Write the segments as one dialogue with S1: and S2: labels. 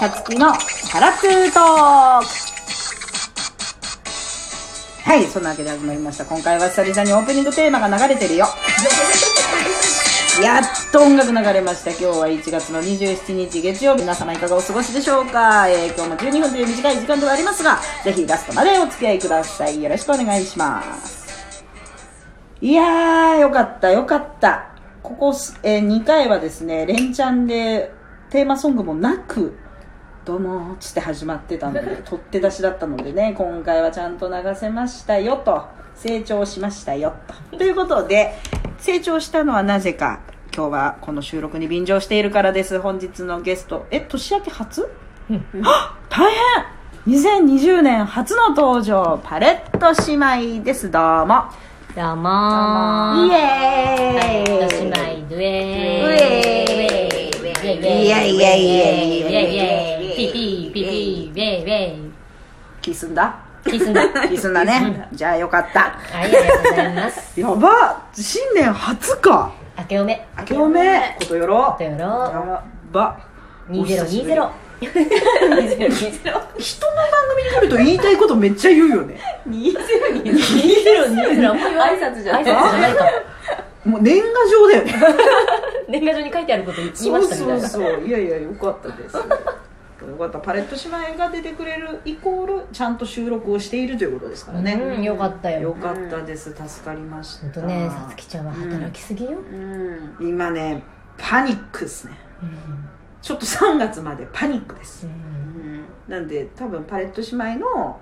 S1: さつきのハラツートークはい、そんなわけで始まりました。今回は久々にオープニングテーマが流れてるよ。やっと音楽流れました。今日は1月の27日月曜日、皆様いかがお過ごしでしょうか、えー今日も12分という短い時間ではありますが、ぜひラストまでお付き合いください。よろしくお願いします。いやー、よかった、よかった。ここす、え2回はですね、連チャンでテーマソングもなく、どうもーっつって始まってたので、取って出しだったのでね、今回はちゃんと流せましたよと、成長しましたよと。ということで、成長したのはなぜか、今日はこの収録に便乗しているからです。本日のゲスト、え、年明け初あ大変 !2020 年初の登場、パレット姉妹です。どうも。
S2: どうもー
S1: イエーイ
S2: はい、おしまいド
S1: ド
S2: ゥエ
S1: ゥエ
S2: ーイ
S1: イエーイイエーイ
S2: イエーイイエーイピーピーピーピーイエーイイエーイ
S1: キスんだ
S2: キスンだはい
S1: キスんだね。じゃあよかった。
S2: ありがとうございます
S1: やば新年初か
S2: 明けおめ
S1: 明けおめことよろ
S2: とよろ
S1: やば
S2: 2020 2020
S1: 人の番組に来ると言いたいことめっちゃ言うよ ね
S2: 2020挨拶じゃない挨拶じゃないか
S1: もう年賀状だよね
S2: 年賀状に書いてあること言いましたみたいな
S1: そうそうそういやいやよかったですよかったパレット姉妹が出てくれるイコールちゃんと収録をしているということですからね、
S2: うんよかった
S1: よ
S2: よ
S1: かったです助かりまし
S2: ほん
S1: た
S2: とねさつきちゃんは働きすぎよ
S3: うん
S1: 今ねパニックですね
S2: うん
S1: ちょっと3月までパニックです
S2: うん
S1: なんで多分パレット姉妹の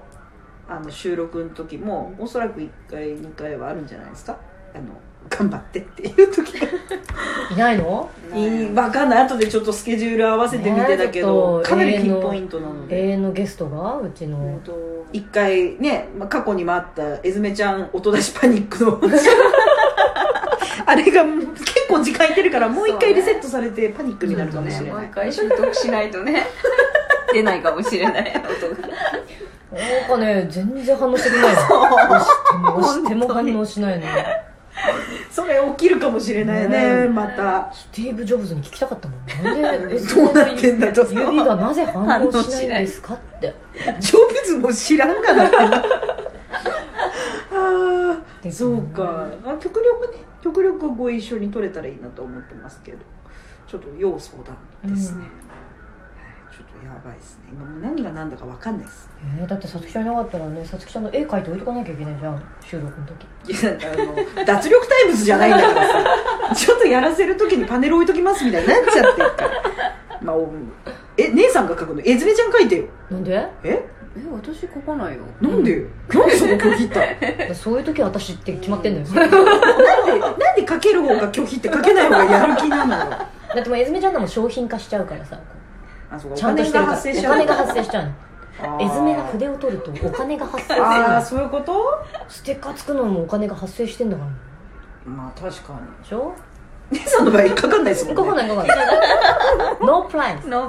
S1: あの収録の時もおそらく1回2回はあるんじゃないですかあの頑張ってっていう時 が
S2: いないの
S1: いいわかんない後でちょっとスケジュール合わせてみてだけど
S2: ねえ
S1: かなりピ
S2: ちょっと
S1: ンポイントなの
S2: 永
S1: で。
S2: 遠のゲストがうちの
S1: 1回ね、まあ、過去にもあったえずめちゃん音出しパニックの あれが結構時間空いてるからもう1回リセットされてパニックになるかもしれ
S3: も
S1: な
S3: う
S1: い
S3: 一、回習得しないとね 出ないかもしれない音が
S2: なんかね全然反応してくれ ないの押しても押しても反応しないの
S1: それ起きるかもしれないね
S2: ねえ
S1: また
S2: スティーブ・ジョブズに聞きたかった もんなんで
S1: どうなってんだと
S2: 指がなぜ反応しないんですかって
S1: ジョブズも知らんが なってなあーそうかあ極力ね極力ご一緒に撮れたらいいなと思ってますけどちょっと要相談ですね、
S2: うん
S1: はいちょっとやばいですね今もう何が何だか分かんないです
S2: えーだってさつきちゃんいなかったらねさつきちゃんの絵描いて置いとかなきゃいけないじゃん収録の時
S1: いやなんかあの 脱力タイムズじゃないんだからさちょっとやらせる時にパネル置いときますみたいになっちゃってるからまあおえ姉さんが書くのえずめちゃん書いてよ
S2: なんで
S1: え
S3: え私書かないよ
S1: なんで、なんでその拒否ったの
S2: そういう時は私って決まってんのよ
S1: な んでなんで書ける方が拒否って書けない方がやる気なのよ
S2: だってもうえずめちゃんのも商品化しちゃうからさ
S1: あそうか
S2: ちゃんとしてるからお金が発生しちゃう
S1: あ
S2: の
S1: ー
S2: えずめが筆を取るとお金が発生する
S1: あ
S2: の
S1: あそういうこと
S2: ステッカー作るのもお金が発生してんだから
S1: まあ確かに
S2: でしょ
S1: 姉さんの場合かかんないですもんね
S2: ここないここ ないノープライス
S3: の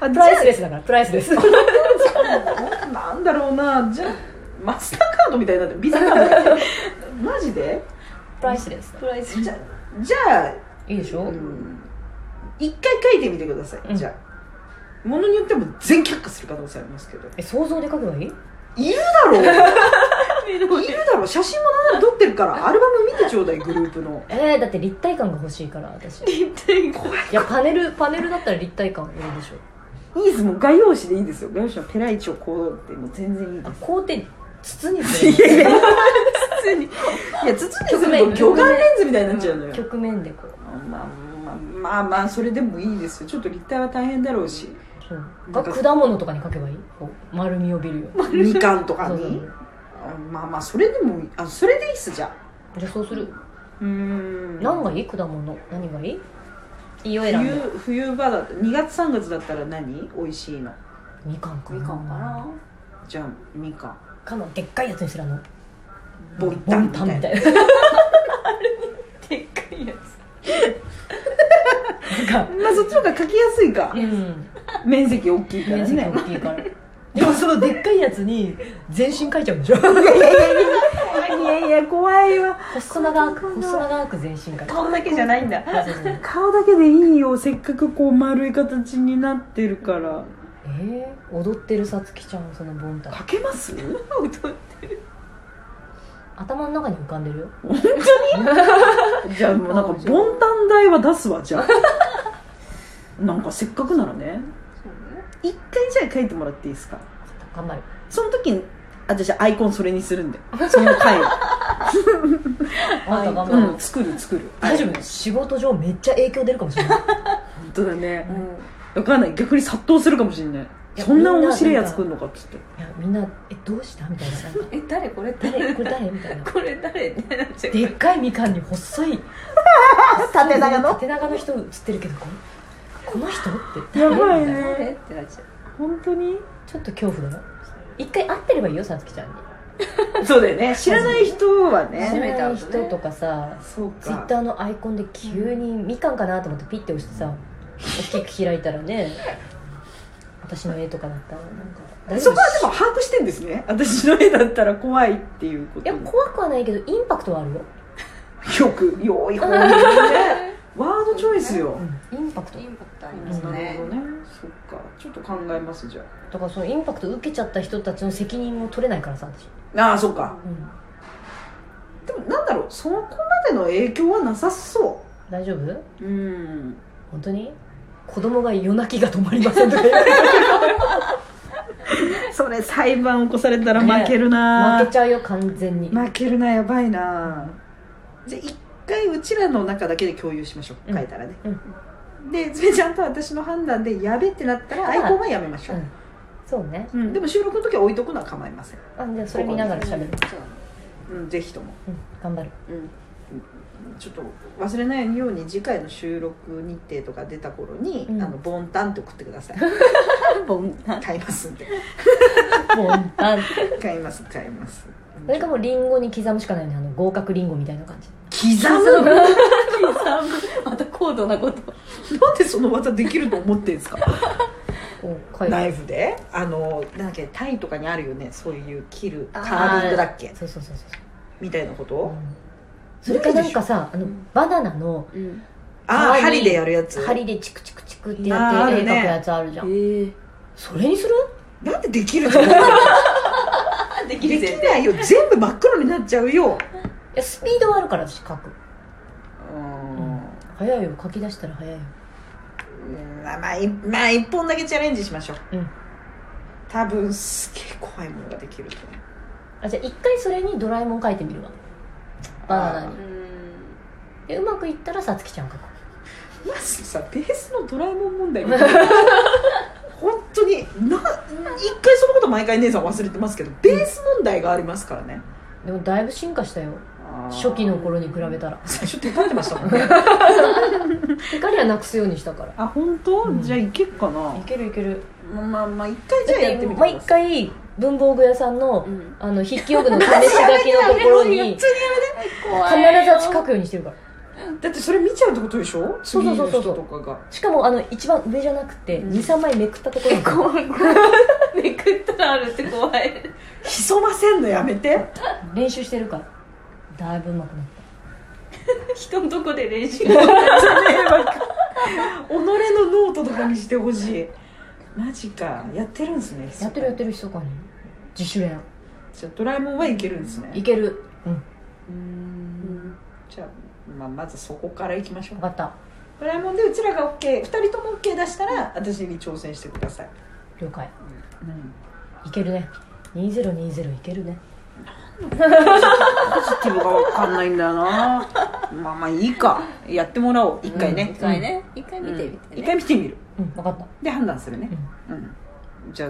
S1: あ
S2: プライスレスだからプライスレス
S1: なんだろうなじゃあマスターカードみたいになってるビザカードみたいになってるマジで
S2: プライスレス
S3: プライス
S1: じゃじゃ
S2: いいでし
S1: あ、
S2: ょ、
S1: うん、一回書いてみてください、
S2: うん
S1: じゃあものによっても全却下する可能性ありますけど
S2: え想像で書けばいい
S1: いるだろういるだろう写真もなんで撮ってるからアルバム見てちょうだいグループの
S2: えー、だって立体感が欲しいから私い
S1: 怖い
S2: やパネルパネルだったら立体感いいでしょ
S1: いいですもう画用紙でいいですよ画用紙のペライチをこうってもう全然いい
S2: あ
S1: で
S2: こうって筒に
S1: す
S2: す
S1: いやい
S2: る
S1: や普通にいや筒にすると魚眼レンズみたいになっちゃうのよ
S2: 局面でこう
S1: まあまあまあまあそれでもいいですよちょっと立体は大変だろうし
S2: そうが果物とかに書けばいいこう丸みを帯びるように
S1: みかんとか
S2: そうそ
S1: に
S2: う
S1: あまあまあそれでもいいあそれでいいっすじゃあ
S2: じゃあそうする
S1: うーん
S2: 何がいい果物何がいいいいよ選ん
S1: 冬
S2: で
S1: 冬場だ2月3月だったら何美味しいの
S2: みかんかな
S3: みかんかな
S1: じゃあみかん
S2: かのでっかいやつにするあの
S1: ボンタンみたいな
S2: ボいな
S3: でっかいや
S1: まあそっちの方が書きやすいか
S2: うん
S1: 面積大きいから
S2: 面積
S1: ね
S2: 大 きいからでもそのでっかいやつに全身書いちゃうんでしょ
S1: いやいやいやいややいや怖いわ
S2: 細長く細長く全身が
S3: 顔だけじゃないんだ
S2: え
S1: 顔だけでいいよせっかくこう丸い形になってるから
S2: ー、踊ってるさつきちゃんそのボンタ
S1: かけ ます
S2: 頭の中に浮かんでるよ
S1: じゃあもうなんかボンタン代は出すわじゃあ なんかせっかくならね一回じゃあ書いてもらっていいですか
S2: 頑張る
S1: その時に私アイコンそれにす るんでその回を、
S2: あんた頑張る、
S1: うん、作る作る
S2: 大丈
S1: は
S2: 夫
S1: い
S2: 仕事上めっちゃ影響出るかもしれない
S1: 本当だね
S3: う、ん
S1: わかんない逆に殺到するかもしれない
S2: いや
S1: そんな面白いやつ来るのかっつって
S2: いやみんな「えどうした?」みたいななんか
S3: え誰これ
S2: 「誰
S3: 誰
S2: これ誰?」みたいな
S3: これ誰ってなっちゃう
S2: でっかいみかんに細い
S1: 縦長の
S2: 縦長の人映ってるけどこのこの人って
S1: やばい
S2: 誰
S1: ね
S3: 誰ってなっちゃう
S1: 本当に
S2: ちょっと恐怖だな一回会ってればいいよさつきちゃんに
S1: そうだよね知らない人は
S2: 知
S1: ね
S3: 初め
S2: ら
S3: て
S2: な
S3: 会
S2: いう
S3: とね
S2: 人とかさ
S1: そう
S2: ツイッ
S1: か
S2: ターのアイコンで急にみかんかなと思ってピッて押してさ大きく開いたらね私の絵とかだったらなんか大
S1: そ
S2: 丈
S1: こ
S2: 夫
S1: はでも把握してんですね私の絵だったら怖いっていうこ
S2: い
S1: と
S2: や怖くはないけどインパクトはあるよ、
S1: よく良い方に ねワードチョイスよ
S2: インパクト
S3: インパクトあり
S1: な
S3: ま
S1: る
S3: す
S1: ほど
S3: ね
S1: ねそっかちょっと考えますじゃ
S2: だからそのインパクト受けちゃった人たちの責任も取れないからさ私、
S1: あああそっか
S2: うん、
S1: でもなんだろうそこまでの影響はなさそ
S2: 大丈夫
S1: ううん
S2: 本当に子供が夜泣きが止まりませんと か言われて
S1: それ裁判起こされたら負けるな、
S2: 負けちゃうよ完全に
S1: 負けるなやばいなじゃあ一回うちらの中だけで共有しましょう、
S2: うん
S1: 書いたらね、
S2: う
S1: でつめちゃんと私の判断でやべってなったらアイコンはやめましょう、
S2: そうね
S1: うんでも収録の時は置いとくのは構いません、
S2: あじゃあそれ見ながら喋る、
S3: そうだね
S1: うん、ぜひとも、
S2: うん、頑張る
S1: うん、ちょっと忘れないように次回の収録日程とか出た頃に、
S2: うん
S1: あのボンタンって送ってください買いますんで
S2: もうあ
S1: 買います買います
S2: それかもうリンゴに刻むしかないねあの合格リンゴみたいな感じ
S1: 刻む
S3: また高度なこと
S1: なんでその技できると思ってんすか
S2: こう書い
S1: ナ
S2: て
S1: イフであのなんだっけタイとかにあるよねそういう切るカ
S3: あー
S1: ービングだっけ
S2: そうそうそうそう
S1: みたいなこと
S2: それかなんかさあの
S3: うん
S2: バナナの
S3: うん
S1: ああ
S2: 皮に
S1: 針でやるやつ
S2: 針でチクチクチクって
S1: あ
S2: や
S1: ーあ
S2: って絵
S1: る
S2: 描く
S1: ね
S2: やつあるじゃん
S3: ええ
S2: それにする
S1: なんでできると思う
S3: でき
S1: で
S3: る
S1: き
S3: 前提
S1: ないよ全部真っ黒になっちゃうよ
S2: いやスピードはあるから私書く
S1: うん
S2: 早いよ書き出したら早いよ
S1: うんまあまあいまあ一本だけチャレンジしましょう、
S2: うん
S1: 多分すげえ怖いものができると思う
S2: あじゃあ一回それにドラえもん書いてみるわバナナに
S3: うん
S2: でうまくいったらさつきちゃん書く
S1: まずさベースのドラえもん問題みたいな 本当にな一回そのこと毎回姉さん忘れてますけどベース問題がありますからね、
S2: でもだいぶ進化したよ初期の頃に比べたら
S1: 最初手立ってましたもんね
S2: 怒りはなくすようにしたから
S1: あ本当、
S2: うん
S1: じゃあいけっかない
S2: けるいける
S1: まあまあまあ一回じ
S2: だ
S1: ゃ
S2: っ
S1: あやっててみてください
S2: 毎回文房具屋さんの
S3: うん
S2: あの筆記用具の試し書きのところに
S1: 普
S2: 必
S1: 通
S2: ず
S3: 怖いよ
S2: 私書くようにしてるから
S1: だってそれ見ちゃうってことでしょ
S2: そう
S1: 次
S2: そ
S1: の
S2: うそうそう
S1: 人とかが
S2: しかもあの一番上じゃなくて
S1: うん
S2: 23枚めくったところに
S3: 怖い怖いめくったらあるって怖い
S1: 潜ませんのやめて
S2: 練習してるからだいぶうまくなった
S3: 人のとこで練 習
S1: 己のノートとかにしてほしいマジかやってるんですね
S2: やってるやってる密かに自主練
S1: じゃあドラえもんはいけるんですね
S2: いけるうん
S1: うーんじゃあ、まあ、まずそこからいきましょう
S2: 分かった
S1: ドラえもんでうちらが OK2 人とも OK 出したら私に挑戦してください、
S2: 了解
S1: うん、
S2: いけるね2020いけるね
S1: ポジティブが分かんないんだよ なまあまあいいかやってもらおう一回ね
S3: 一、回ね一回
S1: うん
S3: 見てみて
S1: 一
S3: ね
S1: 回見てみる
S2: うん分かった
S1: で判断するね、うんじゃ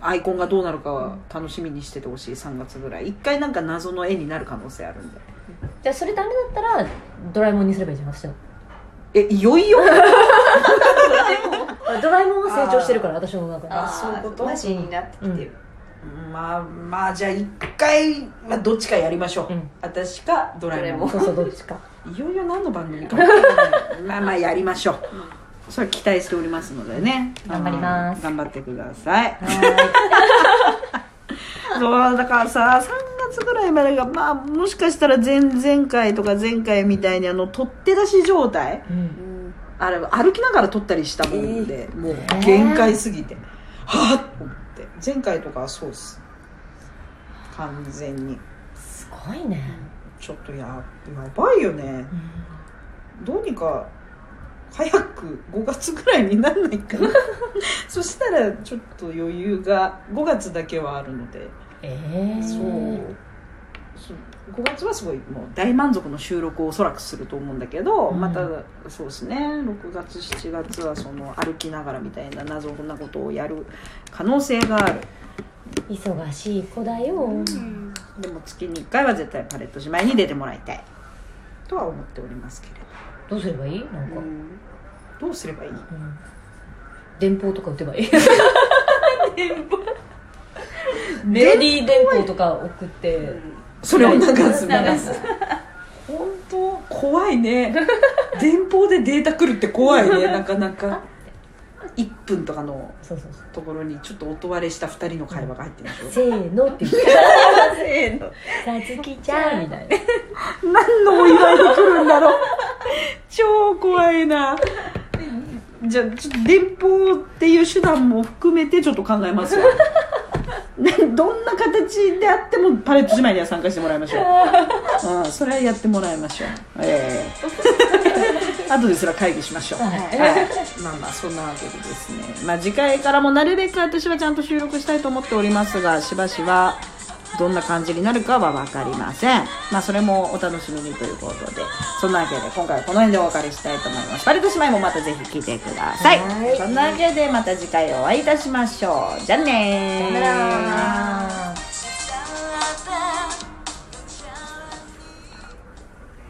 S1: あアイコンがどうなるかは楽しみにしててほしい3月ぐらい一回なんか謎の絵になる可能性あるんで
S2: じゃあそれダメだったらドラえもんにすればいいじゃん私の
S1: えいよいよ
S2: ドラえもんは成長してるから私の中で
S1: あそういうこと
S3: マジになってきてる
S1: まあまあじゃあ一回、まあ、どっちかやりましょう、
S2: うん
S1: 私かドラえもん
S2: そうそうどっちか
S1: いよいよ何の番組か分かんない まあまあやりましょうそれ期待しておりますのでね
S2: 頑張りま す
S1: あの頑張ってくださいそうだからさ3月ぐらいまでが、まあ、もしかしたら前々回とか前回みたいにあの取って出し状態
S2: うん
S1: あれ歩きながら取ったりしたもんで、もう限界すぎて、はぁっと思って前回とかはそうっす完全に
S2: すごいね、
S1: ちょっとややばいよねどうにか早く5月ぐらいにならないか なそしたらちょっと余裕が5月だけはあるので
S2: ええ
S1: そうそう5月はすごいもう大満足の収録をおそらくすると思うんだけど、
S2: うん
S1: またそうですね6月7月はその歩きながらみたいな謎なことをやる可能性がある
S2: 忙しい子だよ、
S1: でも月に1回は絶対パレット姉妹に出てもらいたいとは思っておりますけれ
S2: どうすればいいなん
S1: ど、
S2: か、うん
S1: どうすればいい
S2: 電報とか打てば いいメロディー電報とか送って、
S1: それを流すみたい
S2: 流
S1: な
S2: す
S1: 本当怖いね電報でデータ来るって怖い ねなかなか1分とかの
S2: そうそうそう
S1: ところにちょっと音割れした2人の会話が入ってるでしょ
S2: せーのって言って
S3: せーの
S2: 「さつきちゃん」みたいな
S1: 何のお祝いで来るんだろう超怖いなじゃあちょっと電報っていう手段も含めてちょっと考えます わねどんな形であってもパレット姉妹には参加してもらいましょう、うん、それはやってもらいましょうえ え後ですら会議しましょう、
S2: はい
S1: はい、まあまあそんなわけでですね、まあ、次回からもなるべく私はちゃんと収録したいと思っておりますがしばしばどんな感じになるかは分かりませんまあそれもお楽しみにということでそんなわけで今回はこの辺でお別れしたいと思いますバレてしまいもまたぜひ聞いてください
S2: はい
S1: そんなわけでまた次回お会いいたしましょうじゃあねー
S2: さよなら